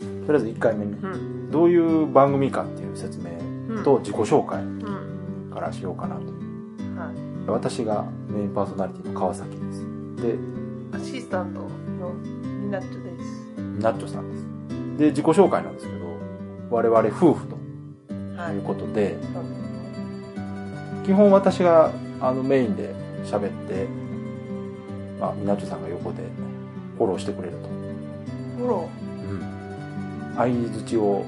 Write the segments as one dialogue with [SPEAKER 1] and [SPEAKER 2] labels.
[SPEAKER 1] とりあえず1回目に
[SPEAKER 2] うん
[SPEAKER 1] どういう番組かっていう説明
[SPEAKER 2] うん
[SPEAKER 1] と自己紹介
[SPEAKER 2] うん
[SPEAKER 1] からしようかなと
[SPEAKER 2] は
[SPEAKER 1] 私がメインパーソナリティの川崎ですで
[SPEAKER 2] いアシスタントのみなっちょです
[SPEAKER 1] ナッチョさんですで自己紹介なんですけど我々夫婦と
[SPEAKER 2] はい
[SPEAKER 1] いうことで、
[SPEAKER 2] うん
[SPEAKER 1] 基本私があのメインで喋って、まあ、みなちょさんが横でフォローしてくれると、
[SPEAKER 2] フォロ
[SPEAKER 1] 相づちを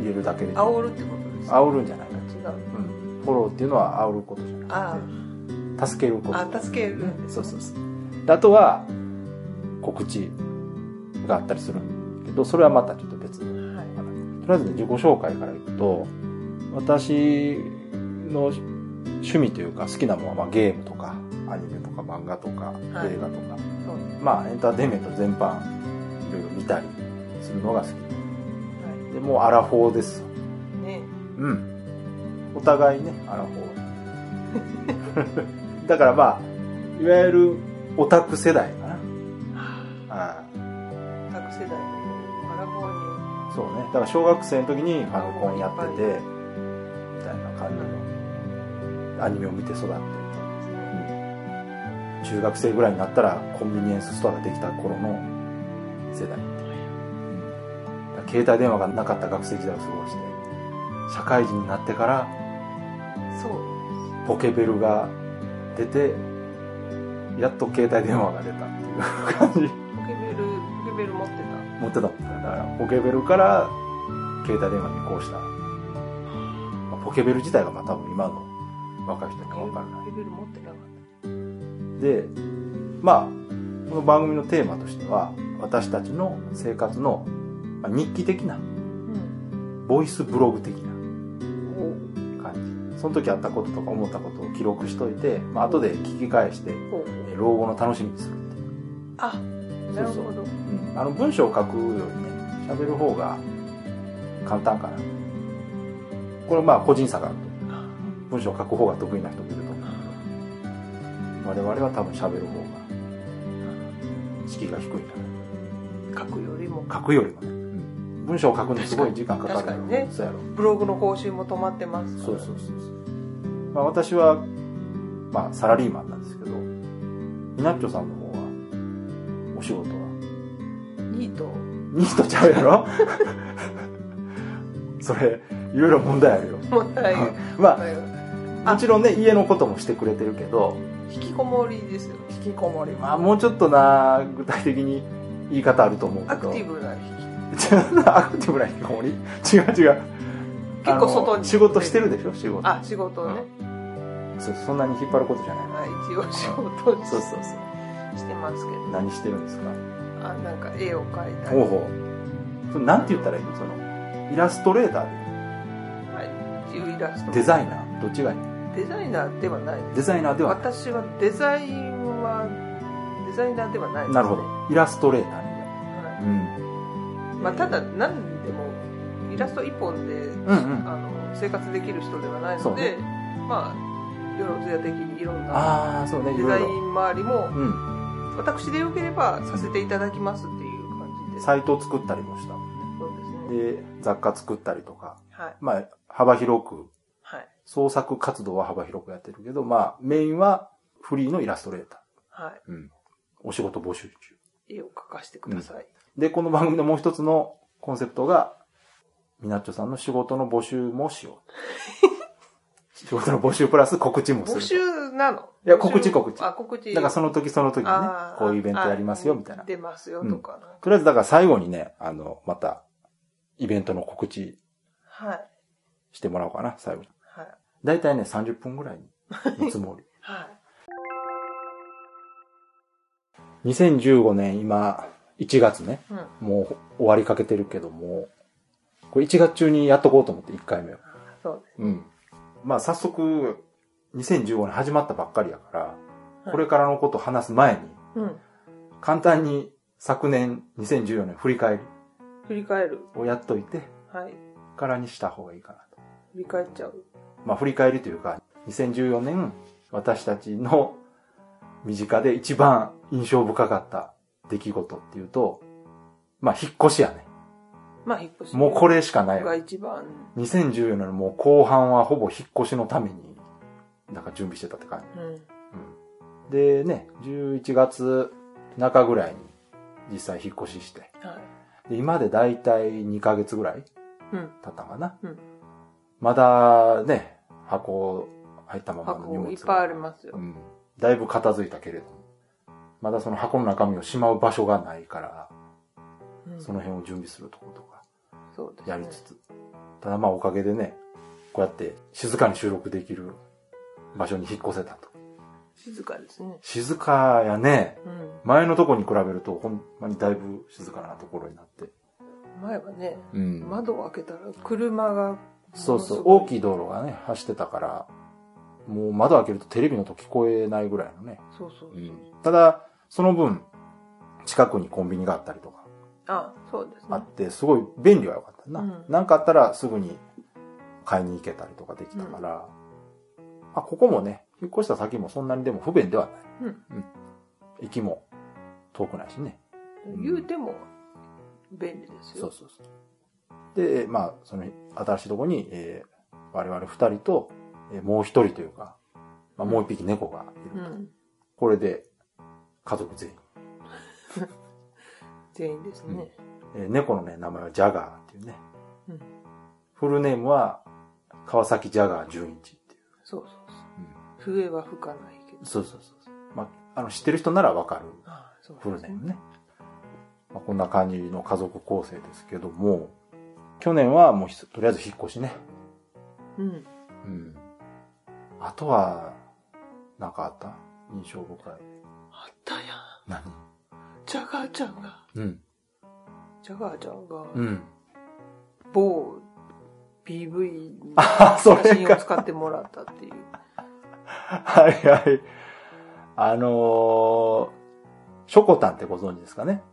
[SPEAKER 1] 入れるだけで
[SPEAKER 2] ー煽るってことですか
[SPEAKER 1] 煽るんじゃないか
[SPEAKER 2] 違う
[SPEAKER 1] と、フォローっていうのは煽ることじゃな
[SPEAKER 2] あ
[SPEAKER 1] くて助けること
[SPEAKER 2] あ助けるんです
[SPEAKER 1] そう
[SPEAKER 2] ね
[SPEAKER 1] そうそうであとは告知があったりするけどそれはまたちょっと別に
[SPEAKER 2] はい
[SPEAKER 1] とりあえずね自己紹介からいくと私の趣味というか好きなものはまあゲームとかアニメとか漫画とか
[SPEAKER 2] はい
[SPEAKER 1] 映画とか、
[SPEAKER 2] そうで
[SPEAKER 1] まあエンターテインメント全般いろいろ見たりするのが好き
[SPEAKER 2] すは
[SPEAKER 1] でもうアラフォーです
[SPEAKER 2] いね
[SPEAKER 1] うんお互いねアラフォー だからまあいわゆるオタク世代かなはい
[SPEAKER 2] 各世代アラフォー
[SPEAKER 1] そうねだから小学生の時にファミコンやっててみたいな感じのアニメを見て育って
[SPEAKER 2] にですね
[SPEAKER 1] 中学生ぐらいになったらコンビニエンスストアができた頃の世代だから携帯電話がなかった学生時代を過ごして社会人になってから
[SPEAKER 2] そう
[SPEAKER 1] ポケベルが出てやっと携帯電話が出たっていう 感じ
[SPEAKER 2] ポケベルポケベル持ってた
[SPEAKER 1] 持ってたもんねだからポケベルから携帯電話に移行した、まあポケベル自体がまあ多分今の若い人には分からな
[SPEAKER 2] ポケベル持ってなかっ
[SPEAKER 1] いでまあこの番組のテーマとしては私たちの生活のまあ日記的な
[SPEAKER 2] たうん
[SPEAKER 1] ボイスブログ的な感じその時あったこととか思ったことを記録しといて、まあ後で聞き返して
[SPEAKER 2] おお
[SPEAKER 1] え老後の楽しみにするっていう
[SPEAKER 2] あなるほど
[SPEAKER 1] そうあの文章を書くよりね喋る方が簡単かなこれまあ個人差があると文章を書く方が得意な人もいると思う我々は多分喋る方が敷居が低いんじゃない
[SPEAKER 2] 書くよりも
[SPEAKER 1] 書くよりもね、文章を書くのにすごい時間かかる
[SPEAKER 2] 確かにね
[SPEAKER 1] そうやろ
[SPEAKER 2] ブログの更新も止まってます
[SPEAKER 1] そうそうそうそうまあ私はまあサラリーマンなんですけどみなっちょさんの方はお仕事は
[SPEAKER 2] ニート
[SPEAKER 1] ニートちゃうやろ それいろいろ問題あるよ
[SPEAKER 2] もったい
[SPEAKER 1] ま
[SPEAKER 2] ない
[SPEAKER 1] あもちろんね家のこともしてくれてるけど
[SPEAKER 2] 引きこもりですよ
[SPEAKER 1] 引きこもりまあもうちょっとな具体的に言い方あると思うけど
[SPEAKER 2] アクティブな引き
[SPEAKER 1] ブ アクティブな引きこもり違う違う
[SPEAKER 2] 結構外に
[SPEAKER 1] あの仕事してるでしょ仕事
[SPEAKER 2] あ仕事をね、
[SPEAKER 1] そうそんなに引っ張ることじゃない
[SPEAKER 2] まあ一応仕事をし
[SPEAKER 1] そうそうそう
[SPEAKER 2] してますけど
[SPEAKER 1] 何してるんですか
[SPEAKER 2] あなんか絵を描いたり
[SPEAKER 1] ほうほうそれなんて言ったらいいのそのイラストレーター
[SPEAKER 2] はい一応イラスト
[SPEAKER 1] でデザイナーどっちがいい
[SPEAKER 2] デザイナーではない
[SPEAKER 1] デザイナーではない
[SPEAKER 2] 私はデザインはデザイナーではないです、ね、
[SPEAKER 1] なるほどイラストレーターに
[SPEAKER 2] は
[SPEAKER 1] うん
[SPEAKER 2] いまあ、ただ何でもイラスト一本で、
[SPEAKER 1] うんう
[SPEAKER 2] あ
[SPEAKER 1] ん
[SPEAKER 2] の生活できる人ではない
[SPEAKER 1] そう
[SPEAKER 2] ので、
[SPEAKER 1] ね
[SPEAKER 2] まあよろずや的にいろんな
[SPEAKER 1] ああそうねい
[SPEAKER 2] デ
[SPEAKER 1] ろ
[SPEAKER 2] ザ
[SPEAKER 1] い
[SPEAKER 2] イ
[SPEAKER 1] ろ
[SPEAKER 2] ン周りも
[SPEAKER 1] うん
[SPEAKER 2] 私でよければさせていただきますっていう感じで
[SPEAKER 1] サイトを作ったりもした
[SPEAKER 2] そうですね
[SPEAKER 1] で雑貨作ったりとか
[SPEAKER 2] はい
[SPEAKER 1] まあ幅広く
[SPEAKER 2] はい
[SPEAKER 1] 創作活動は幅広くやってるけどまあメインはフリーのイラストレータ
[SPEAKER 2] は
[SPEAKER 1] ーうんお仕事募集中
[SPEAKER 2] い絵を描かせてください、
[SPEAKER 1] でこの番組のもう一つのコンセプトがみなっちょさんの仕事の募集もしよ う仕事の募集プラス告知もする
[SPEAKER 2] 募集なの
[SPEAKER 1] いや告知告知
[SPEAKER 2] あ告知
[SPEAKER 1] だからその時その時にね
[SPEAKER 2] あー
[SPEAKER 1] こういうイベントやりますよみたいな
[SPEAKER 2] あ出ますよとか、
[SPEAKER 1] とりあえずだから最後にね、あの、また、イベントの告知
[SPEAKER 2] はい
[SPEAKER 1] してもらおうかな、最後に。
[SPEAKER 2] はい
[SPEAKER 1] だいたいね、30分ぐらいのつもり。
[SPEAKER 2] はい
[SPEAKER 1] 2015年、今、1月ね、
[SPEAKER 2] うん
[SPEAKER 1] もう終わりかけてるけども、これ1月中にやっとこうと思って、1回目を。
[SPEAKER 2] そうで
[SPEAKER 1] うん。まあ早速、2015年始まったばっかりやから、
[SPEAKER 2] はい
[SPEAKER 1] これからのことを話す前に、
[SPEAKER 2] すうん
[SPEAKER 1] 簡単に昨年、2014年振り返り
[SPEAKER 2] 振り返る
[SPEAKER 1] をやっといて、
[SPEAKER 2] はい
[SPEAKER 1] からにした方がいいかなと。
[SPEAKER 2] 振り返っちゃう
[SPEAKER 1] まあ、振り返りというか、2014年、私たちの身近で一番印象深かった出来事っていうと、まあ、引っ越しやね。
[SPEAKER 2] まあ、引っ越し
[SPEAKER 1] もうこれしかない
[SPEAKER 2] が
[SPEAKER 1] わ。
[SPEAKER 2] 一番。
[SPEAKER 1] 2014年のもう後半はほぼ引っ越しのために、なんか準備してたって感じ。
[SPEAKER 2] うん。
[SPEAKER 1] うんでね、11月中ぐらいに実際引っ越しして、
[SPEAKER 2] はい。
[SPEAKER 1] で今でだいたい2ヶ月ぐらい
[SPEAKER 2] うん。
[SPEAKER 1] 経ったんかな。
[SPEAKER 2] うん
[SPEAKER 1] まだね、箱入ったままの荷
[SPEAKER 2] 箱
[SPEAKER 1] 物
[SPEAKER 2] いっぱいありますよ
[SPEAKER 1] う。ん、だいぶ片付いたけれども、まだその箱の中身をしまう場所がないから、
[SPEAKER 2] うん
[SPEAKER 1] その辺を準備するところとか
[SPEAKER 2] そうですね
[SPEAKER 1] やりつつ、ただまあおかげでね、こうやって静かに収録できる場所に引っ越せたと。
[SPEAKER 2] 静かですね。
[SPEAKER 1] 静かやね、
[SPEAKER 2] うん。
[SPEAKER 1] 前のとこに比べるとほんまにだいぶ静かなところになって。
[SPEAKER 2] 前はね、
[SPEAKER 1] うん
[SPEAKER 2] 窓を開けたら車が、
[SPEAKER 1] そうそう、
[SPEAKER 2] ものすごい
[SPEAKER 1] 大きい道路がね、走ってたから、もう窓開けるとテレビの音聞こえないぐらいのね。
[SPEAKER 2] そうそう。
[SPEAKER 1] ただ、その分、近くにコンビニがあったりとか、
[SPEAKER 2] あ、そうです
[SPEAKER 1] あ
[SPEAKER 2] ね
[SPEAKER 1] っ。て、すごい便利は良かったな。
[SPEAKER 2] うん
[SPEAKER 1] なんかあったらすぐに買いに行けたりとかできたから、まあ、ここもね、引っ越した先もそんなにでも不便ではない。
[SPEAKER 2] うん
[SPEAKER 1] 行きも遠くないしね。うん
[SPEAKER 2] 言うても、便利です
[SPEAKER 1] そう
[SPEAKER 2] よ。
[SPEAKER 1] そうそう。で、まあ、その新しいとこに、えー我々二人と、えーもう一人というか、まあ、もう一匹猫がいる。
[SPEAKER 2] うん。
[SPEAKER 1] これで、家族全員。
[SPEAKER 2] 全員ですね。
[SPEAKER 1] えー猫のね、名前はジャガーっていうね。
[SPEAKER 2] うん
[SPEAKER 1] フルネームは、川崎ジャガー純一っていう。
[SPEAKER 2] そうそうそう。笛は吹かないけど。
[SPEAKER 1] そうそうそうそう。まあ、あの、知ってる人ならわかる。
[SPEAKER 2] ああ、そう
[SPEAKER 1] フ
[SPEAKER 2] で
[SPEAKER 1] ル
[SPEAKER 2] す
[SPEAKER 1] ネ
[SPEAKER 2] ね
[SPEAKER 1] ームね。まあ、こんな感じの家族構成ですけども、去年はもうひとりあえず引っ越しね。
[SPEAKER 2] うん。
[SPEAKER 1] うん。あとは、なんかあった印象深い。
[SPEAKER 2] あったやん。
[SPEAKER 1] 何
[SPEAKER 2] ジャガーちゃんが、
[SPEAKER 1] うん。
[SPEAKER 2] ジャガーちゃんが、
[SPEAKER 1] うん。
[SPEAKER 2] 某 PV の
[SPEAKER 1] あ、それ
[SPEAKER 2] 写真を
[SPEAKER 1] か。
[SPEAKER 2] 使ってもらったっていう。
[SPEAKER 1] はいはい。あのー、ショコタンってご存知ですかね。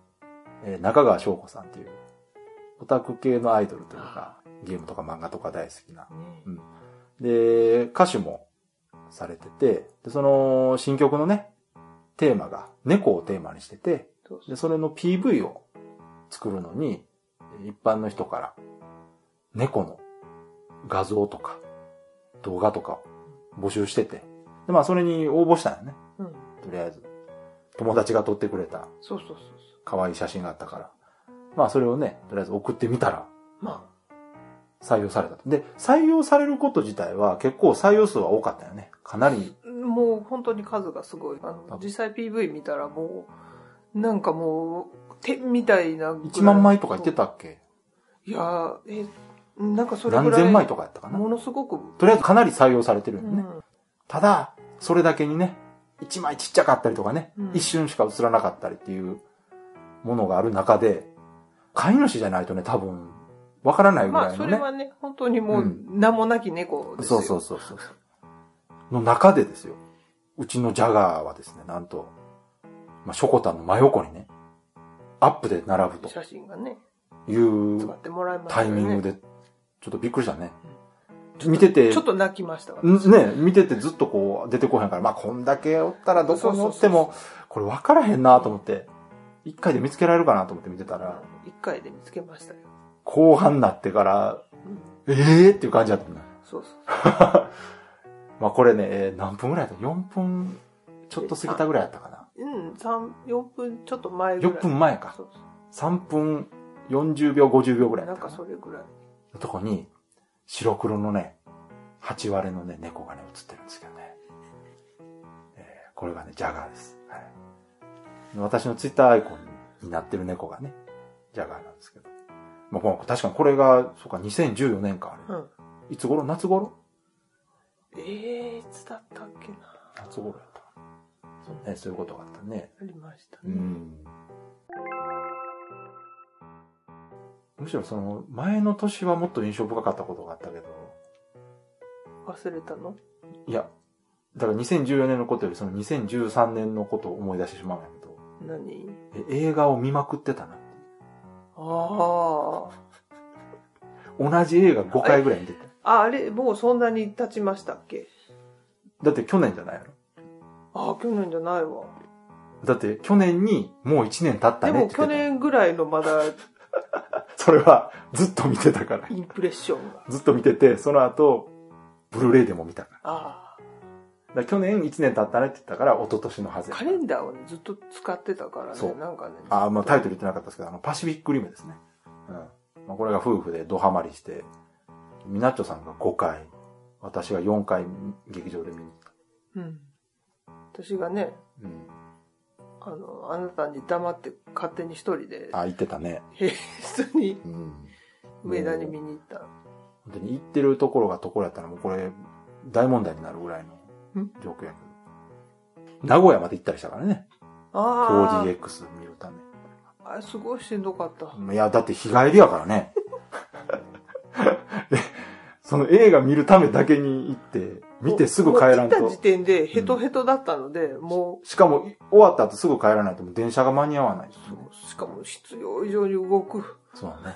[SPEAKER 1] えー中川翔子さんっていう、オタク系のアイドルというか、ゲームとか漫画とか大好きな。
[SPEAKER 2] ね
[SPEAKER 1] で、歌手もされてて、でその新曲のね、テーマが猫をテーマにしてて、
[SPEAKER 2] そうそう
[SPEAKER 1] で、それの PV を作るのに、一般の人から猫の画像とか動画とかを募集してて、で、まあそれに応募したんよね。
[SPEAKER 2] うん。
[SPEAKER 1] とりあえず。友達が撮ってくれた
[SPEAKER 2] そうそうそうそ
[SPEAKER 1] 可愛い写真があったから。まあそれをね、とりあえず送ってみたら
[SPEAKER 2] う。ま
[SPEAKER 1] 採用されたと。で、採用されること自体は結構採用数は多かったよね。かなり。
[SPEAKER 2] あ、もう本当に数がすごい。あ
[SPEAKER 1] 多
[SPEAKER 2] の
[SPEAKER 1] 分
[SPEAKER 2] 実際 PV 見たらもう、なんかもう、点みたいなぐらい。
[SPEAKER 1] 1万枚とか言ってたっけ
[SPEAKER 2] いやーえ、なんかそれぐ
[SPEAKER 1] 何
[SPEAKER 2] らい。
[SPEAKER 1] 千枚とかやったかな
[SPEAKER 2] ものすごく、
[SPEAKER 1] とりあえずかなり採用されてる
[SPEAKER 2] う
[SPEAKER 1] よね。
[SPEAKER 2] ん
[SPEAKER 1] ただ、それだけにね、一枚ちっちゃかったりとかね、
[SPEAKER 2] うん
[SPEAKER 1] 一瞬しか映らなかったりっていうものがある中で、飼い主じゃないとね、多分、わからないぐ
[SPEAKER 2] ま
[SPEAKER 1] ら
[SPEAKER 2] あ
[SPEAKER 1] い
[SPEAKER 2] そ
[SPEAKER 1] の
[SPEAKER 2] れ
[SPEAKER 1] ね。
[SPEAKER 2] はね、本当にもう
[SPEAKER 1] うん
[SPEAKER 2] 名もなき猫です
[SPEAKER 1] そ
[SPEAKER 2] よ。
[SPEAKER 1] うそうそうそう。の中でですよ。うちのジャガーはですね、なんと、まあ、ショコタンの真横にね、アップで並ぶと
[SPEAKER 2] 写真がね、
[SPEAKER 1] いう
[SPEAKER 2] 使ってもらいました
[SPEAKER 1] タ
[SPEAKER 2] よ
[SPEAKER 1] イ
[SPEAKER 2] ね。
[SPEAKER 1] ミングで、ちょっとびっくりしたね。
[SPEAKER 2] ちょっと
[SPEAKER 1] 見てて、
[SPEAKER 2] ちょっと泣きましたわ。
[SPEAKER 1] んね、見ててずっとこう出てこへんから、まあこんだけおったらどこにおっても、これ分からへんなと思って、一回で見つけられるかなと思って見てたら、
[SPEAKER 2] 一回で見つけましたよ。
[SPEAKER 1] 後半になってから、
[SPEAKER 2] うん
[SPEAKER 1] ええー、っていう感じだったね。
[SPEAKER 2] そうそう。
[SPEAKER 1] まあこれね、えー何分ぐらいだった ?4 分ちょっと過ぎたぐらいだったかな。
[SPEAKER 2] うん、三4分ちょっと前ぐらい。
[SPEAKER 1] 4分前か。
[SPEAKER 2] そうそう
[SPEAKER 1] 3分40秒、50秒ぐらいだ
[SPEAKER 2] な
[SPEAKER 1] っ
[SPEAKER 2] ん
[SPEAKER 1] たか
[SPEAKER 2] か
[SPEAKER 1] な。
[SPEAKER 2] それぐらい。
[SPEAKER 1] のとこに、白黒のね、8割のね、猫がね、映ってるんですけどね。えーこれがね、ジャガーです。はい。私のツイッターアイコンになってる猫がね、ジャガーなんですけど。まあ、この確かにこれが、そうか、2014年か、あ
[SPEAKER 2] う
[SPEAKER 1] れ。
[SPEAKER 2] ん。
[SPEAKER 1] いつ頃夏頃
[SPEAKER 2] ええいつだったっけな。
[SPEAKER 1] 夏頃やった。そうね、そういうことがあったね。
[SPEAKER 2] ありました
[SPEAKER 1] う
[SPEAKER 2] ね。
[SPEAKER 1] ん。むしろその、前の年はもっと印象深かったことがあったけど、
[SPEAKER 2] 忘れたの
[SPEAKER 1] いや、だから2014年のことよりその2013年のことを思い出してしまうんや
[SPEAKER 2] 何
[SPEAKER 1] けど、え映画を見まくってたな。
[SPEAKER 2] あ
[SPEAKER 1] 同じ映画5回ぐらい見てた。
[SPEAKER 2] あ。あ、あれ、もうそんなに経ちましたっけ
[SPEAKER 1] だって去年じゃないの
[SPEAKER 2] ああ、去年じゃないわ。
[SPEAKER 1] だって去年にもう1年経った
[SPEAKER 2] で
[SPEAKER 1] ね
[SPEAKER 2] も
[SPEAKER 1] って言
[SPEAKER 2] 去
[SPEAKER 1] って
[SPEAKER 2] 年ぐらいのまだ
[SPEAKER 1] それはずっと見てたから。
[SPEAKER 2] インプレッションが。
[SPEAKER 1] ずっと見てて、その後、ブルーレイでも見たから。
[SPEAKER 2] あ
[SPEAKER 1] だから去年1年経ったねって言ったから、一昨年のはず
[SPEAKER 2] あ。
[SPEAKER 1] や
[SPEAKER 2] カレンダーをね、ずっと使ってたから
[SPEAKER 1] そう
[SPEAKER 2] ね、なんかね。
[SPEAKER 1] あー、まあタイトル言ってなかったですけど、あの、パシフィックリムですね。うん。まあ、これが夫婦でドハマりして、ミナッチョさんが5回、私が4回劇場で見に行った。
[SPEAKER 2] うん。私がね、
[SPEAKER 1] うん。
[SPEAKER 2] あの、あなたに黙って勝手に一人で、
[SPEAKER 1] あー、行ってたね。
[SPEAKER 2] 平日に
[SPEAKER 1] うん。
[SPEAKER 2] 上田に見に行った。
[SPEAKER 1] 本当に行ってるところがところやったらもうこれ、大問題になるぐらいの
[SPEAKER 2] ん
[SPEAKER 1] 状況やけど。名古屋まで行ったりしたからね。
[SPEAKER 2] あ
[SPEAKER 1] 4DX 見るため。
[SPEAKER 2] あ、あれすごいしんどかった。
[SPEAKER 1] いや、だって日帰りやからね。 でその映画見るためだけに行って、見てすぐ帰らん
[SPEAKER 2] もう行った
[SPEAKER 1] と
[SPEAKER 2] 時。点でヘトヘトだったので、も。、
[SPEAKER 1] しかも、終わった後すぐ帰らないともう電車が間に合わないう
[SPEAKER 2] そうしかも必要以上に動く。
[SPEAKER 1] そうだね。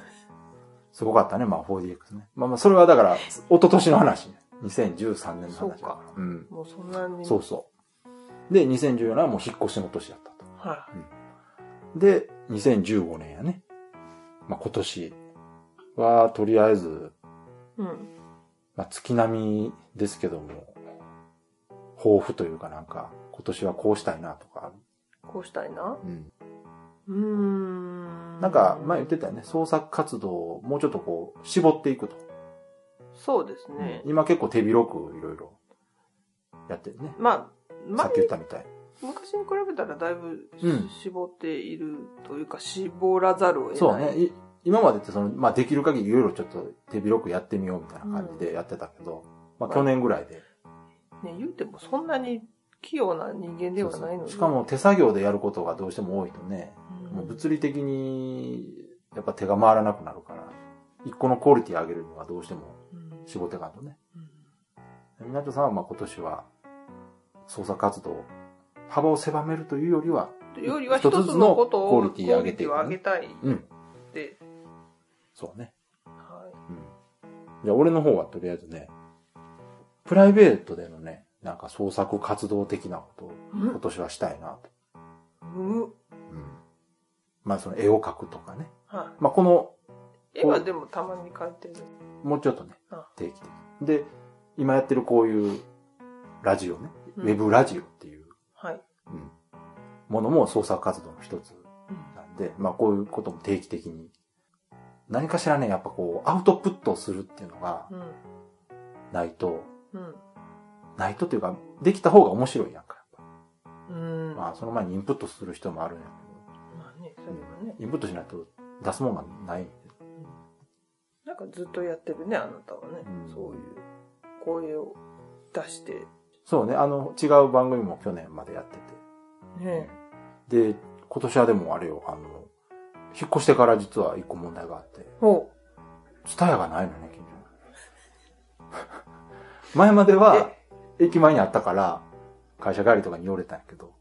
[SPEAKER 1] すごかったね、まあ 4DX ね。まあまあ、それはだから、一昨年の話ね。2013年の話だ
[SPEAKER 2] そう
[SPEAKER 1] ら
[SPEAKER 2] か
[SPEAKER 1] うん。
[SPEAKER 2] もうそんなに。
[SPEAKER 1] そうそう。で、2014年はもう引っ越しの年だったと。
[SPEAKER 2] は
[SPEAKER 1] で、2015年やね。まあ今年は、とりあえず、
[SPEAKER 2] い。うん。
[SPEAKER 1] まあ、月並みですけども、抱負というかなんか、今年はこうしたいなとか、
[SPEAKER 2] こうしたいな。
[SPEAKER 1] うん、
[SPEAKER 2] うーん。
[SPEAKER 1] なんか前言ってたよね、創作活動をもうちょっとこう、絞っていくと。
[SPEAKER 2] そうですね。
[SPEAKER 1] 今結構手広くいろいろやってるね。
[SPEAKER 2] まあ、
[SPEAKER 1] さ
[SPEAKER 2] 前
[SPEAKER 1] っき言ったみたい。
[SPEAKER 2] 昔に比べたらだいぶ、
[SPEAKER 1] うん
[SPEAKER 2] 絞っているというか、絞らざるを得ない。
[SPEAKER 1] そうね。い今までってその、まあ、できる限りいろいろちょっと手広くやってみようみたいな感じでやってたけど、まあ、去年ぐらいで。
[SPEAKER 2] ね、言うてもそんなに器用な人間ではないので。
[SPEAKER 1] しかも手作業でやることがどうしても多いとね、
[SPEAKER 2] うん、
[SPEAKER 1] もう物理的にやっぱ手が回らなくなるから、一個のクオリティ上げるにはどうしても
[SPEAKER 2] うん
[SPEAKER 1] 仕事がんとね。
[SPEAKER 2] うん
[SPEAKER 1] 港さんはまあ今年は創作活動、幅を狭めるというよりは、
[SPEAKER 2] よりは一つのことを
[SPEAKER 1] クオリティ上げていく
[SPEAKER 2] クオリティを上げたい
[SPEAKER 1] うん、
[SPEAKER 2] で、
[SPEAKER 1] そうね。
[SPEAKER 2] は
[SPEAKER 1] うん。じゃあ俺の方はとりあえずね、プライベートでのね、なんか創作活動的なことを
[SPEAKER 2] い。
[SPEAKER 1] 今年はしたいなと。
[SPEAKER 2] うんうん
[SPEAKER 1] うん。まあその絵を描くとかね。
[SPEAKER 2] は
[SPEAKER 1] まあこの
[SPEAKER 2] い。絵はでもたまに描いてる。
[SPEAKER 1] もうちょっとね
[SPEAKER 2] あ、
[SPEAKER 1] 定期的に。で、今やってるこういうラジオね、
[SPEAKER 2] うん
[SPEAKER 1] ウェブラジオっていう
[SPEAKER 2] はい。
[SPEAKER 1] ものも創作活動の一つなんで、まあこういうことも定期的に。何かしらね、やっぱこう、アウトプットをするっていうのが
[SPEAKER 2] うん。
[SPEAKER 1] ないと、
[SPEAKER 2] うん。
[SPEAKER 1] ないとっていうか、できた方が面白いやんか。やっ
[SPEAKER 2] うん。
[SPEAKER 1] ぱまあその前にインプットする人もあるんや
[SPEAKER 2] まあね、それはね
[SPEAKER 1] け。ど、インプットしないと出すもんがないんで。
[SPEAKER 2] なんかずっとやってるね、あなたはね。
[SPEAKER 1] うん
[SPEAKER 2] そういう声を出して。
[SPEAKER 1] そうね、あの、違う番組も去年までやってて。
[SPEAKER 2] ね
[SPEAKER 1] で、今年はでもあれよ、あの、引っ越してから実は一個問題があって、
[SPEAKER 2] ほ
[SPEAKER 1] ツタヤがないのね、近所に。前までは、駅前にあったから、会社帰りとかに寄れたんやけど。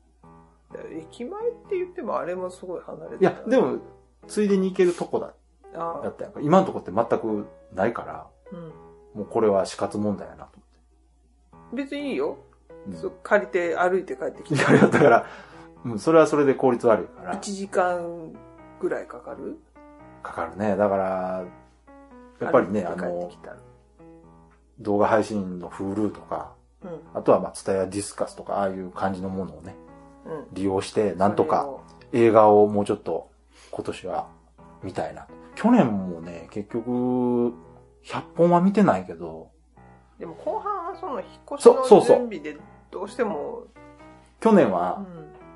[SPEAKER 2] う。駅前って言ってもあれもすごい離れ
[SPEAKER 1] い
[SPEAKER 2] て
[SPEAKER 1] や、で、も、ついでに行けるとこだ
[SPEAKER 2] あ
[SPEAKER 1] だったやんか。今のとこって全くないから、
[SPEAKER 2] うん。
[SPEAKER 1] もうこれは死活問題やなと
[SPEAKER 2] 別にいいよ。
[SPEAKER 1] 思って
[SPEAKER 2] そう借りて歩いて帰ってき
[SPEAKER 1] うん。い
[SPEAKER 2] て。
[SPEAKER 1] や、だから、うん、それはそれで効率悪いから
[SPEAKER 2] 1、時間ぐらいかかる
[SPEAKER 1] かかるね。だから、やっぱりね、
[SPEAKER 2] 歩
[SPEAKER 1] あ
[SPEAKER 2] いて帰っ
[SPEAKER 1] の
[SPEAKER 2] てき、たら
[SPEAKER 1] 動画配信の Hulu とか、
[SPEAKER 2] うん。
[SPEAKER 1] あとは、まあ、ツタヤディスカスとか、ああいう感じのものをね、
[SPEAKER 2] うん。
[SPEAKER 1] 利用して、なんと
[SPEAKER 2] それ
[SPEAKER 1] か
[SPEAKER 2] を。
[SPEAKER 1] 映画をもうちょっと、今年は見たいな。去年もね、結局、100本は見てないけど、
[SPEAKER 2] でも後半はその引っ越し
[SPEAKER 1] そうそう
[SPEAKER 2] の
[SPEAKER 1] そう
[SPEAKER 2] 準備でどうしても、
[SPEAKER 1] 去年
[SPEAKER 2] う
[SPEAKER 1] は、
[SPEAKER 2] ん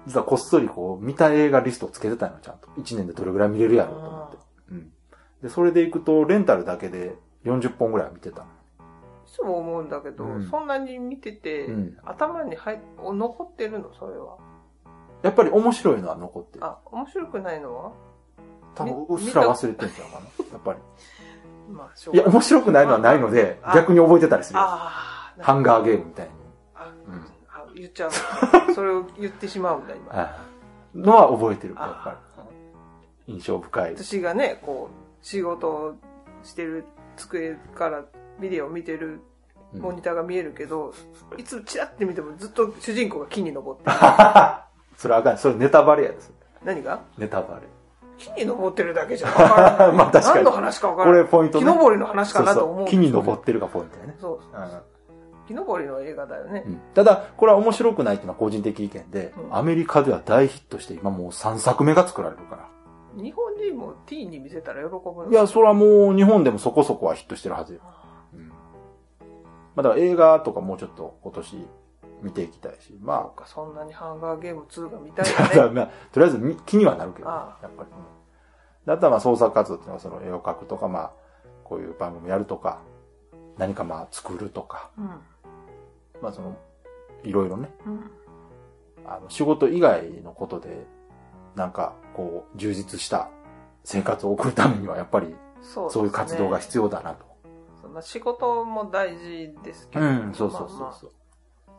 [SPEAKER 1] 実はこっそりこう、見た映画リストをつけてたの、ちゃんと。1年でどれぐらい見れるやろうと思って。うん。で、それで行くと、レンタルだけで40本ぐらいは見てた。
[SPEAKER 2] いつも思うんだけど、
[SPEAKER 1] うん
[SPEAKER 2] そんなに見てて、
[SPEAKER 1] うん。
[SPEAKER 2] 頭に入っ残ってるのそれは。
[SPEAKER 1] やっぱり面白いのは残ってる。
[SPEAKER 2] あ、面白くないのは
[SPEAKER 1] 多分
[SPEAKER 2] み、
[SPEAKER 1] うっすら忘れてんちゃうかな。 やっぱり。
[SPEAKER 2] まあ、しょ
[SPEAKER 1] いや、面白くないのはないので、
[SPEAKER 2] あ
[SPEAKER 1] 逆に覚えてたりするよ。
[SPEAKER 2] ああ、
[SPEAKER 1] ハン
[SPEAKER 2] ー。
[SPEAKER 1] ガーゲームみたいに。
[SPEAKER 2] あ
[SPEAKER 1] うん
[SPEAKER 2] あ言っちゃう。それを言ってしまうん だ、今。
[SPEAKER 1] のは覚えてる、やっぱ
[SPEAKER 2] あ
[SPEAKER 1] り。印象深い。
[SPEAKER 2] 私がね、こう、仕事をしてる机からビデオを見てる
[SPEAKER 1] うん
[SPEAKER 2] モニターが見えるけど、いつチラって見てもずっと主人公が木に登ってる。
[SPEAKER 1] それあかん。それネタバレやです。
[SPEAKER 2] 何が
[SPEAKER 1] ネタバレ。
[SPEAKER 2] 木に登ってるだけじゃ分からな い
[SPEAKER 1] まあ確かに
[SPEAKER 2] 何の話か分か
[SPEAKER 1] こ
[SPEAKER 2] らな
[SPEAKER 1] れ
[SPEAKER 2] い
[SPEAKER 1] ポイント
[SPEAKER 2] 木
[SPEAKER 1] ね
[SPEAKER 2] 登りの話か
[SPEAKER 1] そう
[SPEAKER 2] なと
[SPEAKER 1] そ
[SPEAKER 2] 思う
[SPEAKER 1] う木に登ってるがポイントだよね、
[SPEAKER 2] そう木登りの映画だよね
[SPEAKER 1] うん、ただこれは面白くないっていうのは個人的意見で、
[SPEAKER 2] うん
[SPEAKER 1] アメリカでは大ヒットして今もう3作目が作られるから
[SPEAKER 2] 日本人もティーンに見せたら喜ぶよ
[SPEAKER 1] いや、それはもう日本でもそこそこはヒットしてるはずよ。うん。まあだから映画とかもうちょっと今年見ていきたいし、
[SPEAKER 2] そ
[SPEAKER 1] ま
[SPEAKER 2] っかそんなにハンガーゲーム2が見た
[SPEAKER 1] あ、
[SPEAKER 2] い
[SPEAKER 1] た
[SPEAKER 2] よ
[SPEAKER 1] だ
[SPEAKER 2] ね
[SPEAKER 1] まあ、とりあえず見気にはなるけど、ね、
[SPEAKER 2] あ
[SPEAKER 1] やっぱり。うん、あとはまあ創作活動っていうのはその絵を描くとか、まあ、こういう番組やるとか、何かまあ作るとか、
[SPEAKER 2] うん
[SPEAKER 1] まあその、いろいろね、
[SPEAKER 2] うん
[SPEAKER 1] あの仕事以外のことで、なんかこう充実した生活を送るためにはやっぱり
[SPEAKER 2] そうですね
[SPEAKER 1] そういう活動が必要だなと。
[SPEAKER 2] そんな仕事も大事ですけ
[SPEAKER 1] う
[SPEAKER 2] ど、
[SPEAKER 1] ん、そうそうそうそう。
[SPEAKER 2] まあまあ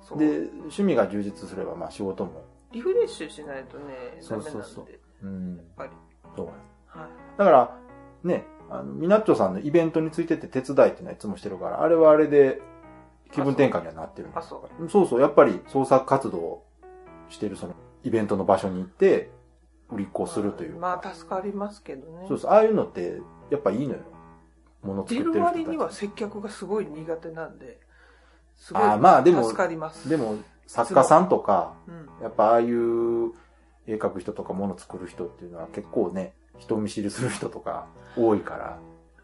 [SPEAKER 2] そう
[SPEAKER 1] で、趣味が充実すれば、まあ仕事も。
[SPEAKER 2] リフレッシュしないとね
[SPEAKER 1] そ
[SPEAKER 2] ダ
[SPEAKER 1] う
[SPEAKER 2] メなんで
[SPEAKER 1] そうそううん
[SPEAKER 2] やっ。ぱり
[SPEAKER 1] そうや
[SPEAKER 2] はい
[SPEAKER 1] だから、ね、あの、みなっちょさんのイベントについてって手伝いっていうのはいつもしてるから、あれはあれで気分転換にはなってる
[SPEAKER 2] あそう
[SPEAKER 1] うんそうそう、やっぱり創作活動をしてるそのイベントの場所に行って、売りっ子をするというか。
[SPEAKER 2] まあ助かりますけどね
[SPEAKER 1] そうそう、ああいうのって、やっぱいいのよ。もの作っ
[SPEAKER 2] 出
[SPEAKER 1] てる
[SPEAKER 2] る
[SPEAKER 1] 人たち。
[SPEAKER 2] 割には接客がすごい苦手なんですごい
[SPEAKER 1] あーまあでも
[SPEAKER 2] 助かります
[SPEAKER 1] でも、作家さんとか、
[SPEAKER 2] うん
[SPEAKER 1] やっぱああいう絵描く人とか物作る人っていうのは結構ね、人見知りする人とか多いから。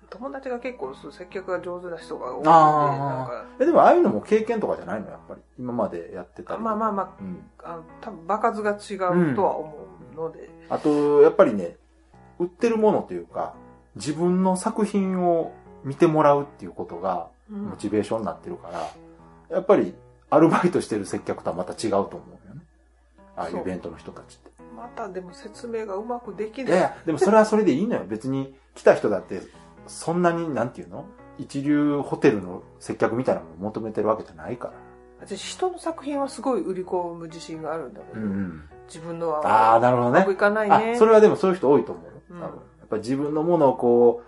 [SPEAKER 2] 友達が結構そう接客が上手な人が多いので
[SPEAKER 1] あー
[SPEAKER 2] なんか
[SPEAKER 1] え、でもああいうのも経験とかじゃないのやっぱり。今までやってた
[SPEAKER 2] あ
[SPEAKER 1] り。
[SPEAKER 2] まあまあまあ
[SPEAKER 1] うん。
[SPEAKER 2] あの多分場数が違うとは思うので、
[SPEAKER 1] あと、やっぱりね、売ってるものというか、自分の作品を見てもらうっていうことが
[SPEAKER 2] うん
[SPEAKER 1] モチベーションになってるから、やっぱりアルバイトしてる接客とはまた違うと思うよね。ああいうイベントの人たちって。
[SPEAKER 2] またでも説明がうまくでき
[SPEAKER 1] いやい
[SPEAKER 2] ない
[SPEAKER 1] や、でもそれはそれでいいのよ。別に来た人だって、そんなに、なんていうの一流ホテルの接客みたいなものを求めてるわけじゃないから。
[SPEAKER 2] 私人の作品はすごい売り込む自信があるんだけど、
[SPEAKER 1] ん。
[SPEAKER 2] 自分のは
[SPEAKER 1] ああ、なるほど
[SPEAKER 2] う
[SPEAKER 1] ね
[SPEAKER 2] まく。いかないね
[SPEAKER 1] あ、それはでもそういう人多いと思うよ。多
[SPEAKER 2] う
[SPEAKER 1] 分
[SPEAKER 2] ん
[SPEAKER 1] やっぱり自分のものをこ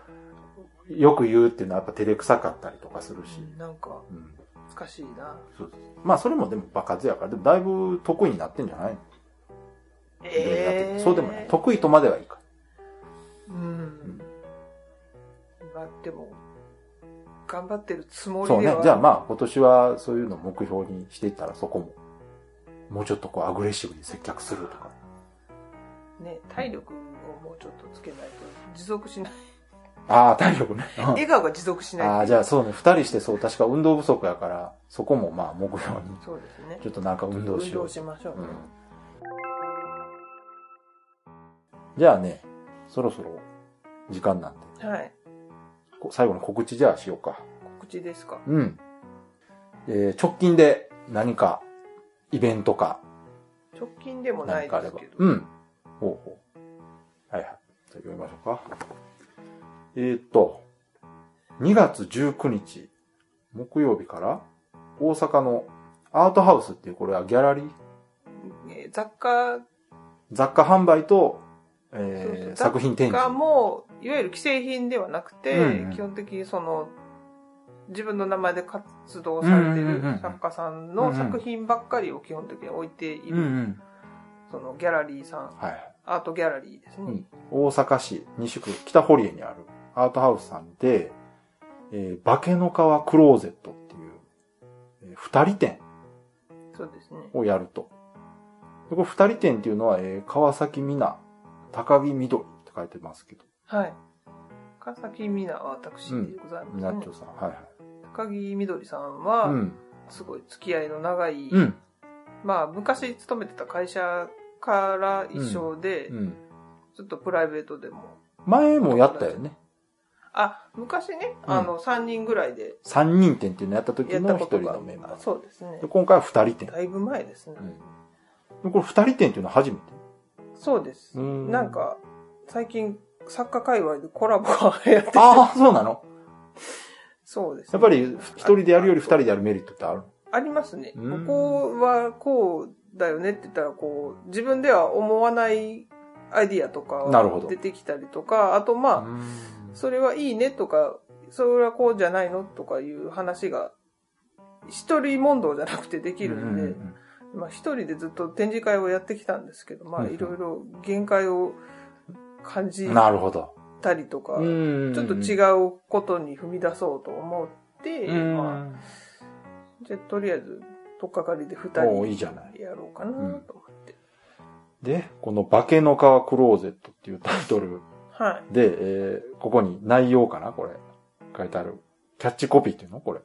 [SPEAKER 1] う、よく言うっていうのはやっぱ照れくさかったりとかするし。
[SPEAKER 2] なんか
[SPEAKER 1] うん。
[SPEAKER 2] 難しいな
[SPEAKER 1] そうそうまあそれもでも場数やから、でもだいぶ得意になってんじゃないの、いろいろやっててそうでもない。得意とまではいいか。
[SPEAKER 2] うん、まあでも頑張ってるつもりで
[SPEAKER 1] そう
[SPEAKER 2] は
[SPEAKER 1] ね。じゃあまあ今年はそういうのを目標にしていったらそこも、もうちょっとこうアグレッシブに接客するとか。
[SPEAKER 2] ね、体力をもうちょっとつけないと持続しない
[SPEAKER 1] ああ、体力ね。うん
[SPEAKER 2] 笑顔が持続しない
[SPEAKER 1] ああ、じゃあそうね。二人してそう、確か運動不足やから、そこもまあ目標に。
[SPEAKER 2] そうですね
[SPEAKER 1] ちょっとなんか運動しよう。
[SPEAKER 2] ましょう、
[SPEAKER 1] じゃあね、そろそろ時間なんで、
[SPEAKER 2] はい
[SPEAKER 1] こ最後の告知じゃあしようか。
[SPEAKER 2] 告知ですか
[SPEAKER 1] うん。えー直近で何かイベントか
[SPEAKER 2] 直近でもな
[SPEAKER 1] 何
[SPEAKER 2] い
[SPEAKER 1] かあ
[SPEAKER 2] で
[SPEAKER 1] れ
[SPEAKER 2] す
[SPEAKER 1] ば
[SPEAKER 2] け。ど、
[SPEAKER 1] うん。ほうほう。はいはい。じゃあ読みましょうか。えーっと、2月19日、木曜日から、大阪のアートハウスっていう、これはギャラリー
[SPEAKER 2] えー雑貨
[SPEAKER 1] 雑貨販売と、
[SPEAKER 2] そうそう
[SPEAKER 1] えー
[SPEAKER 2] 雑貨
[SPEAKER 1] 作品展
[SPEAKER 2] が
[SPEAKER 1] 示。
[SPEAKER 2] もういわゆる既製品ではなくて、
[SPEAKER 1] うんうん
[SPEAKER 2] 基本的にその自分の名前で活動されて
[SPEAKER 1] うんうんうんうん
[SPEAKER 2] る作家さんの作品ばっかりを基本的に置いている、
[SPEAKER 1] ん。
[SPEAKER 2] そのギャラリーさん
[SPEAKER 1] はいはい。
[SPEAKER 2] アートギャラリーですね、
[SPEAKER 1] うん大阪市西区北堀江にあるアートハウスさんで、えー、化けの皮クローゼットっていう、えー二人展
[SPEAKER 2] そうですね
[SPEAKER 1] をやると。でこれ二人展っていうのは、えー川崎美奈、高木みどりって書いてますけど、
[SPEAKER 2] はい川崎美奈は私でござい
[SPEAKER 1] みな
[SPEAKER 2] ます、
[SPEAKER 1] っ
[SPEAKER 2] ね
[SPEAKER 1] ちょさん。はいは
[SPEAKER 2] 高木みどりさんは、
[SPEAKER 1] い。うん。
[SPEAKER 2] すごい付き合いの長い、
[SPEAKER 1] うん。
[SPEAKER 2] まあ昔勤めてた会社から一緒で、
[SPEAKER 1] うん。
[SPEAKER 2] ちょっとプライベートでも
[SPEAKER 1] 前もやったよね。
[SPEAKER 2] あ昔ね、
[SPEAKER 1] うん
[SPEAKER 2] あの3人ぐらいで
[SPEAKER 1] 三人展っていうのやった時
[SPEAKER 2] やっ
[SPEAKER 1] の
[SPEAKER 2] た
[SPEAKER 1] 一
[SPEAKER 2] こと
[SPEAKER 1] 人
[SPEAKER 2] が
[SPEAKER 1] のメンバー。
[SPEAKER 2] そうですね
[SPEAKER 1] で今回は二人展。で
[SPEAKER 2] だいぶ前ですね、
[SPEAKER 1] これ二人展っていうのは初めて。
[SPEAKER 2] そうです、
[SPEAKER 1] うん
[SPEAKER 2] なんか最近作家界隈でコラボが流行ってて
[SPEAKER 1] ああ、そうなの
[SPEAKER 2] そうです、
[SPEAKER 1] や
[SPEAKER 2] ね、
[SPEAKER 1] っぱり一人でやるより二人でやるメリットってある
[SPEAKER 2] ありますね。
[SPEAKER 1] うん
[SPEAKER 2] ここはこうだよねって言ったら、こう、自分では思わないアイディアとか
[SPEAKER 1] なるほど
[SPEAKER 2] 出てきたりとか、あとまあ、それはいいねとか、それはこうじゃないのとかいう話が、一人問答じゃなくてできるんで、まあ一人でずっと展示会をやってきたんですけど、ま
[SPEAKER 1] うん
[SPEAKER 2] あ
[SPEAKER 1] うん
[SPEAKER 2] いろいろ限界を感じ
[SPEAKER 1] なるほど。
[SPEAKER 2] たりとか、
[SPEAKER 1] うん
[SPEAKER 2] ちょっと違うことに踏み出そうと思って、
[SPEAKER 1] うん
[SPEAKER 2] まあ、じゃあとりあえず、とっかかりで二
[SPEAKER 1] お
[SPEAKER 2] 人
[SPEAKER 1] ーいいじゃない
[SPEAKER 2] やろうかなと思って。
[SPEAKER 1] で、この化けの皮クローゼットっていうタイトル
[SPEAKER 2] はい。
[SPEAKER 1] で、えーここに内容かなこれ。書いてある。キャッチコピーっていうのこれ。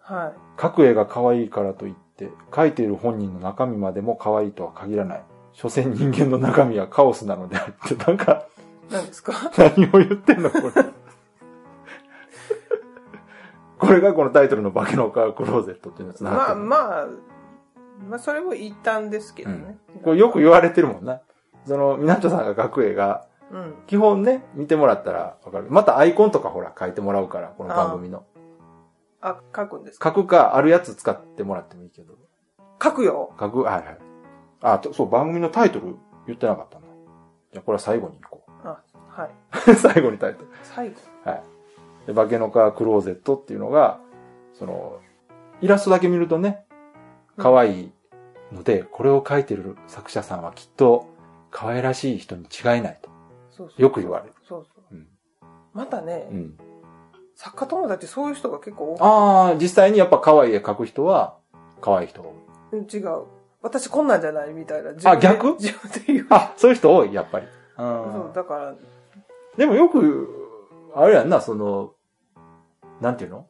[SPEAKER 2] は
[SPEAKER 1] 書く絵が可愛いからといって、書いている本人の中身までも可愛いとは限らない。所詮人間の中身はカオスなのであるって、なんか、
[SPEAKER 2] い。何ですか
[SPEAKER 1] 何を言ってんのこれ。これがこのタイトルの化けの皮クローゼットっていうやつな
[SPEAKER 2] まあまあ、まあそれも一旦ですけどね。
[SPEAKER 1] これよく言われてるもんな。その、みなとさんが描く絵が、
[SPEAKER 2] うん。
[SPEAKER 1] 基本ね、見てもらったらわかる。またアイコンとかほら、書いてもらうから、この番組の。
[SPEAKER 2] あ、書くんですか
[SPEAKER 1] 書くか、あるやつ使ってもらってもいいけど。
[SPEAKER 2] 書くよ。
[SPEAKER 1] 書く、はいはい。あ、とそう、番組のタイトル言ってなかったな。じゃあ、これは最後に行こ
[SPEAKER 2] あ、はい。
[SPEAKER 1] う。 最後にタイトル。
[SPEAKER 2] 最後。
[SPEAKER 1] で、化けの皮クローゼットっていうのが、その、イラストだけ見るとね、可愛いので、これを書いてる作者さんはきっと、可愛らしい人に違いないと。
[SPEAKER 2] そうそう。
[SPEAKER 1] よく言われる。
[SPEAKER 2] そうそう。
[SPEAKER 1] うん
[SPEAKER 2] またね、
[SPEAKER 1] うん。
[SPEAKER 2] 作家友達そういう人が結構多
[SPEAKER 1] ああ、実際にやっぱ可愛い絵描く人は、可愛い人が多い。
[SPEAKER 2] く違う。私こんなんじゃないみたいな。
[SPEAKER 1] あ逆
[SPEAKER 2] 自分で言う。
[SPEAKER 1] あ、そういう人多い、やっぱり。う、。
[SPEAKER 2] そうんだから、
[SPEAKER 1] でもよく、あれやんな、その、なんていうの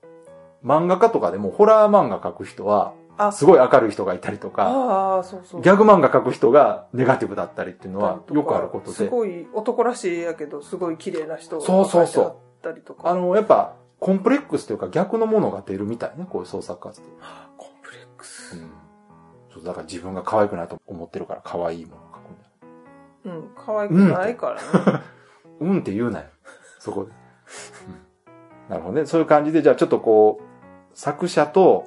[SPEAKER 1] 漫画家とかでもホラー漫画描く人は、
[SPEAKER 2] あ、
[SPEAKER 1] すごい明るい人がいたりとか、
[SPEAKER 2] ああ、そうそう。
[SPEAKER 1] ギャグ漫画描く人がネガティブだったりっていうのは
[SPEAKER 2] とか
[SPEAKER 1] よくあること
[SPEAKER 2] す
[SPEAKER 1] で。
[SPEAKER 2] ごい男らしい絵やけど、すごい綺麗な人
[SPEAKER 1] そうそうそう
[SPEAKER 2] 描いてあったりとか。
[SPEAKER 1] あの、やっぱ、コンプレックスというか逆のものが出るみたいね、こういう創作活動。
[SPEAKER 2] コンプレック
[SPEAKER 1] う
[SPEAKER 2] ス。
[SPEAKER 1] ん。ちょっとだから自分が可愛くないと思ってるから可愛いものを描くんだ。
[SPEAKER 2] うん、可愛くないからね。
[SPEAKER 1] うんって言うな よ。そこで。なるほどね。そういう感じで、じゃあちょっとこう、作者と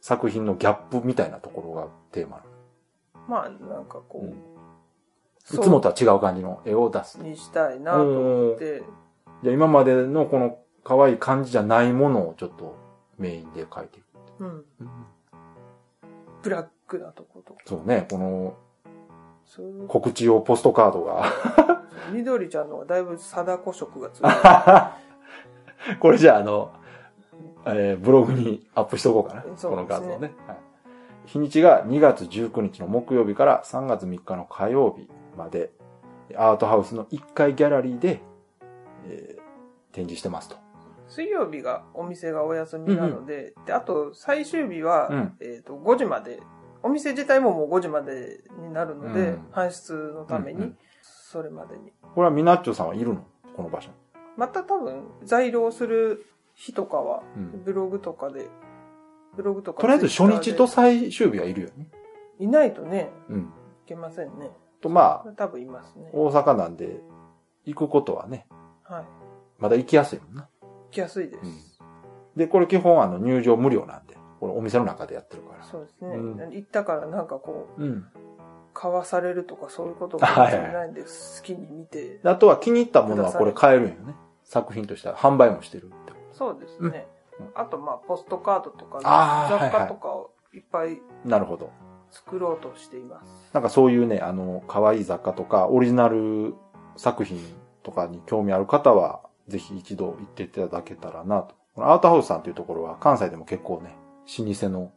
[SPEAKER 1] 作品のギャップみたいなところがテーマなの。
[SPEAKER 2] まあ、なんかこう、
[SPEAKER 1] うんいつもとは違う感じの絵を出す。
[SPEAKER 2] にしたいなと思
[SPEAKER 1] うん
[SPEAKER 2] っ。て、
[SPEAKER 1] じゃあ今までのこの可愛い感じじゃないものをちょっとメインで描いていく。
[SPEAKER 2] うん、ブラックなとことか、
[SPEAKER 1] そうね。この
[SPEAKER 2] そういう
[SPEAKER 1] 告知用ポストカードが。
[SPEAKER 2] 緑ちゃんのがだいぶ貞子色がつい て
[SPEAKER 1] これじゃああの、えーブログにアップしとこうかな。
[SPEAKER 2] そうですね
[SPEAKER 1] この画像ね。はい日にちが2月19日の木曜日から3月3日の火曜日まで、アートハウスの1階ギャラリーで、えー展示してますと。
[SPEAKER 2] 水曜日がお店がお休みなので、であと最終日は、
[SPEAKER 1] うん
[SPEAKER 2] えっと5時まで、お店自体ももう5時までになるので、
[SPEAKER 1] うん
[SPEAKER 2] 搬出のために、
[SPEAKER 1] うんうん
[SPEAKER 2] それまでに。
[SPEAKER 1] これはミナッチョさんはいるのこの場所に。
[SPEAKER 2] また多分、在料する日とかは、
[SPEAKER 1] うん
[SPEAKER 2] ブログとかで、ブログとか
[SPEAKER 1] とりあえず初日と
[SPEAKER 2] Twitter
[SPEAKER 1] 最終日はいるよね。
[SPEAKER 2] でいないとね、
[SPEAKER 1] うん。
[SPEAKER 2] いけませんね。
[SPEAKER 1] とまあ、
[SPEAKER 2] 多分いますね。
[SPEAKER 1] 大阪なんで、行くことはね、
[SPEAKER 2] はい。
[SPEAKER 1] まだ行きやすいもんな。
[SPEAKER 2] 行きやすいで
[SPEAKER 1] う
[SPEAKER 2] す。
[SPEAKER 1] んで、これ基本あの入場無料なんで、これお店の中でやってるから。
[SPEAKER 2] そうですね、
[SPEAKER 1] うん
[SPEAKER 2] 行ったからなんかこう、
[SPEAKER 1] うん。
[SPEAKER 2] 買わされるとかそういうことかもしれないんで、好きに見て。
[SPEAKER 1] あとは気に入ったものはこれ買えるんよね。作品としては販売もしてるってこ
[SPEAKER 2] そうですね。あとまあ、ポストカードとか、
[SPEAKER 1] あー
[SPEAKER 2] 雑
[SPEAKER 1] はいは
[SPEAKER 2] 貨
[SPEAKER 1] い
[SPEAKER 2] とかをいっぱい
[SPEAKER 1] と。なるほど。
[SPEAKER 2] 作ろうとしています。
[SPEAKER 1] なんかそういうね、あの、可愛い雑貨とか、オリジナル作品とかに興味ある方は、ぜひ一度行っていただけたらなと。このアートハウスさんというところは、関西でも結構ね、老舗の、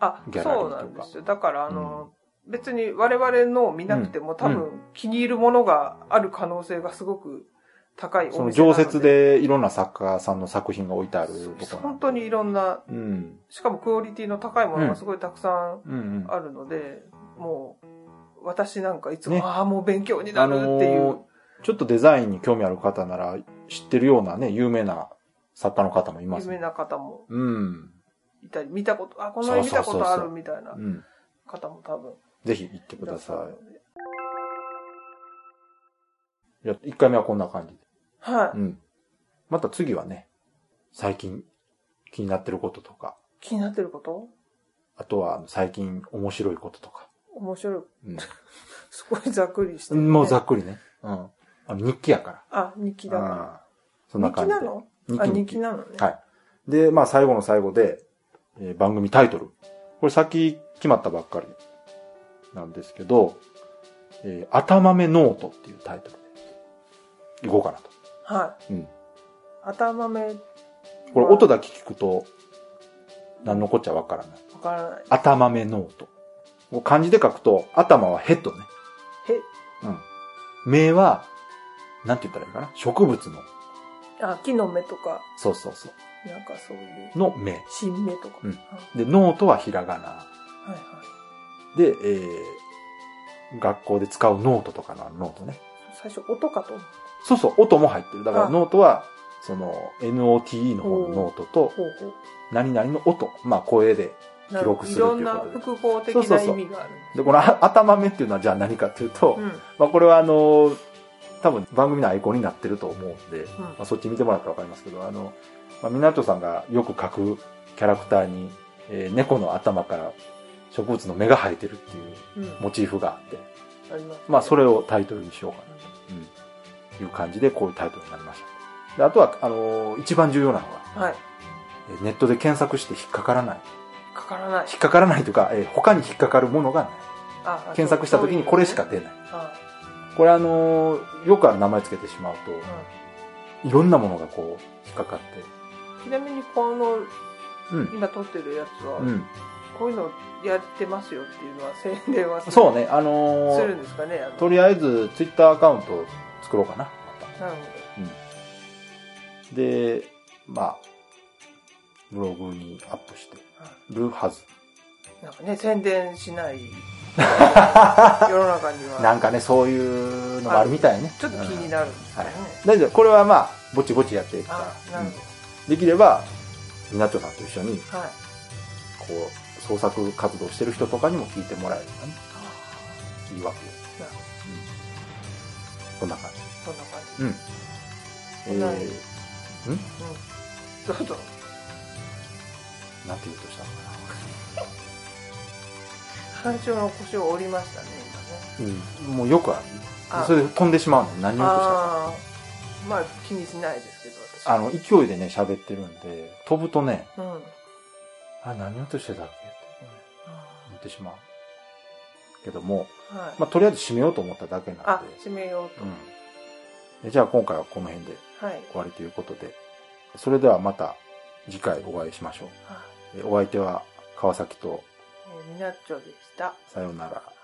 [SPEAKER 2] あ、
[SPEAKER 1] ギャラリー
[SPEAKER 2] そう
[SPEAKER 1] とか
[SPEAKER 2] なんですよ。だから、あの、別に我々のを見なくても、多
[SPEAKER 1] う
[SPEAKER 2] 分気に入るものがある可能性がすごく高いお店
[SPEAKER 1] そ
[SPEAKER 2] な
[SPEAKER 1] の
[SPEAKER 2] ので。
[SPEAKER 1] 常設でいろんな作家さんの作品が置いてあるところ。
[SPEAKER 2] 本当にいろんな、
[SPEAKER 1] うん。
[SPEAKER 2] しかもクオリティの高いものがすごいたくさん
[SPEAKER 1] うんうん。
[SPEAKER 2] あるので、もう、私なんかいつも、
[SPEAKER 1] ね
[SPEAKER 2] ああ、もう勉強になるってい
[SPEAKER 1] あ
[SPEAKER 2] う。
[SPEAKER 1] のーちょっとデザインに興味ある方なら、知ってるようなね、有名な作家の方もいま
[SPEAKER 2] 有
[SPEAKER 1] す、
[SPEAKER 2] 名な方も
[SPEAKER 1] うん。
[SPEAKER 2] いたり、見たこと、あ、この絵見たことあるみたいな
[SPEAKER 1] うん。
[SPEAKER 2] 方も多分
[SPEAKER 1] ぜひ行ってく
[SPEAKER 2] いら
[SPEAKER 1] だ
[SPEAKER 2] っしゃ
[SPEAKER 1] さ
[SPEAKER 2] るので。
[SPEAKER 1] い。いや、1回目はこんな感じで。
[SPEAKER 2] はい。
[SPEAKER 1] うん。また次はね、最近気になってることとか、
[SPEAKER 2] 気になってること
[SPEAKER 1] あとはあの最近面白いこととか。
[SPEAKER 2] 面白い。
[SPEAKER 1] うん
[SPEAKER 2] すごいざっくりして、
[SPEAKER 1] もうざっくりね。うん。あの日記やから。
[SPEAKER 2] あ、日記だから。
[SPEAKER 1] うんそんな感じで。
[SPEAKER 2] 日記なの
[SPEAKER 1] 日
[SPEAKER 2] あ、
[SPEAKER 1] 記
[SPEAKER 2] 人気なのね。
[SPEAKER 1] はい。で、まあ最後の最後で、えー番組タイトル。これ先決まったばっかりなんですけど、えー、頭目ノートっていうタイトルで。行こうかなと。
[SPEAKER 2] はい。
[SPEAKER 1] うん。
[SPEAKER 2] 頭目、わ
[SPEAKER 1] これ音だけ聞くと、何のこっちゃわからない。
[SPEAKER 2] からない。
[SPEAKER 1] 頭目ノート。こう漢字で書くと、頭はヘッドね。
[SPEAKER 2] へ、
[SPEAKER 1] 目は、なんて言ったらいいかな。植物の、
[SPEAKER 2] あ、木の芽とか、
[SPEAKER 1] そうそうそ
[SPEAKER 2] なんかそういう、
[SPEAKER 1] う、の目。
[SPEAKER 2] 新芽とか。
[SPEAKER 1] うん
[SPEAKER 2] はい
[SPEAKER 1] で、ノートはひらがな。
[SPEAKER 2] はい。
[SPEAKER 1] で、えー、学校で使うノートとかのあのノートね。
[SPEAKER 2] 最初、音かと思っ
[SPEAKER 1] そうそう、音も入ってる。だから
[SPEAKER 2] あ
[SPEAKER 1] ノートは、その、NOTE の方のノートと
[SPEAKER 2] た。、ほうほう
[SPEAKER 1] 何々の音。まあ、声で。
[SPEAKER 2] な
[SPEAKER 1] 記
[SPEAKER 2] るほ
[SPEAKER 1] 録
[SPEAKER 2] ど
[SPEAKER 1] する
[SPEAKER 2] い
[SPEAKER 1] っていうことで
[SPEAKER 2] ろんな複合的
[SPEAKER 1] そうそう
[SPEAKER 2] な
[SPEAKER 1] そ
[SPEAKER 2] 意
[SPEAKER 1] う
[SPEAKER 2] 味があるんです。
[SPEAKER 1] で、このあ頭目っていうのはじゃあ何かっていうと、
[SPEAKER 2] うん。
[SPEAKER 1] まあ、これはあの、多分番組のアイコンになってると思うんで、まあ、そっち見てもらったらわかりますけど、あの、まあ、みなとさんがよく描くキャラクターに、えー猫の頭から植物の芽が生えてるっていう
[SPEAKER 2] うん。うん。
[SPEAKER 1] モチーフがあって、
[SPEAKER 2] あります。
[SPEAKER 1] まあ、それをタイトルにしようかなという感じで、こういうタイトルになりました。であとは、あのー一番重要なのが、
[SPEAKER 2] はい。
[SPEAKER 1] えーネットで検索して引っかからない。
[SPEAKER 2] かからない。
[SPEAKER 1] 引っかからないというか、えー他に引っかかるものがない。
[SPEAKER 2] あ
[SPEAKER 1] 検索した時にこれしか。出ない。
[SPEAKER 2] あ
[SPEAKER 1] これあのーよくある名前つけてしまうと、いろんなものがこう、引っかかって。
[SPEAKER 2] ちなみにこの
[SPEAKER 1] うん。
[SPEAKER 2] 今撮ってるやつは、
[SPEAKER 1] うん。
[SPEAKER 2] こういうのやってますよっていうのは宣伝はす
[SPEAKER 1] そうね、あの
[SPEAKER 2] る
[SPEAKER 1] ー
[SPEAKER 2] んですかねあの
[SPEAKER 1] とりあえず、ツイッターアカウントを作ろうかな。ま
[SPEAKER 2] なる
[SPEAKER 1] たで、まあ、ブログにアップしてるはず。
[SPEAKER 2] ほどなんかね宣伝し ない世の中に
[SPEAKER 1] な
[SPEAKER 2] は
[SPEAKER 1] んかね、そういうのもあるみたいね。
[SPEAKER 2] ちょっと気に
[SPEAKER 1] る。
[SPEAKER 2] なるんですよね、
[SPEAKER 1] 大丈夫、これはまあ、ぼちぼちやっていくか
[SPEAKER 2] あ
[SPEAKER 1] ら。う
[SPEAKER 2] なる
[SPEAKER 1] ん
[SPEAKER 2] ほ
[SPEAKER 1] できれば、みなっちょさんと一緒に、
[SPEAKER 2] ど、はい
[SPEAKER 1] こう、創作活動してる人とかにも聞いてもらえるとね、いいわけよ。
[SPEAKER 2] な
[SPEAKER 1] うんこんな感じ。
[SPEAKER 2] そんな感
[SPEAKER 1] うん。え
[SPEAKER 2] ない
[SPEAKER 1] ー、
[SPEAKER 2] じどうぞ
[SPEAKER 1] なんて言うとしたのか
[SPEAKER 2] 最初の腰を折りましたね
[SPEAKER 1] な。うん。もうよくある。
[SPEAKER 2] あ
[SPEAKER 1] それで飛んでしまうの。何を
[SPEAKER 2] 今ね
[SPEAKER 1] 言おうとしたのか。
[SPEAKER 2] ああまあ気にしないですけど私
[SPEAKER 1] あの、勢いでね、喋ってるんで、飛ぶとね、
[SPEAKER 2] うん
[SPEAKER 1] あ、何を言おうとしてたっけって
[SPEAKER 2] は
[SPEAKER 1] 思ってしまう。けども、
[SPEAKER 2] い、
[SPEAKER 1] まあ、とりあえず締めようと思っただけなん
[SPEAKER 2] あ
[SPEAKER 1] で。
[SPEAKER 2] 締めようと、
[SPEAKER 1] うんえ。じゃあ今回はこの辺で
[SPEAKER 2] はい
[SPEAKER 1] 終わりということで、それではまた次回お会いしましょう。
[SPEAKER 2] はい
[SPEAKER 1] えお相手は川崎と
[SPEAKER 2] えーみなっちょでした
[SPEAKER 1] さようなら。
[SPEAKER 2] はい。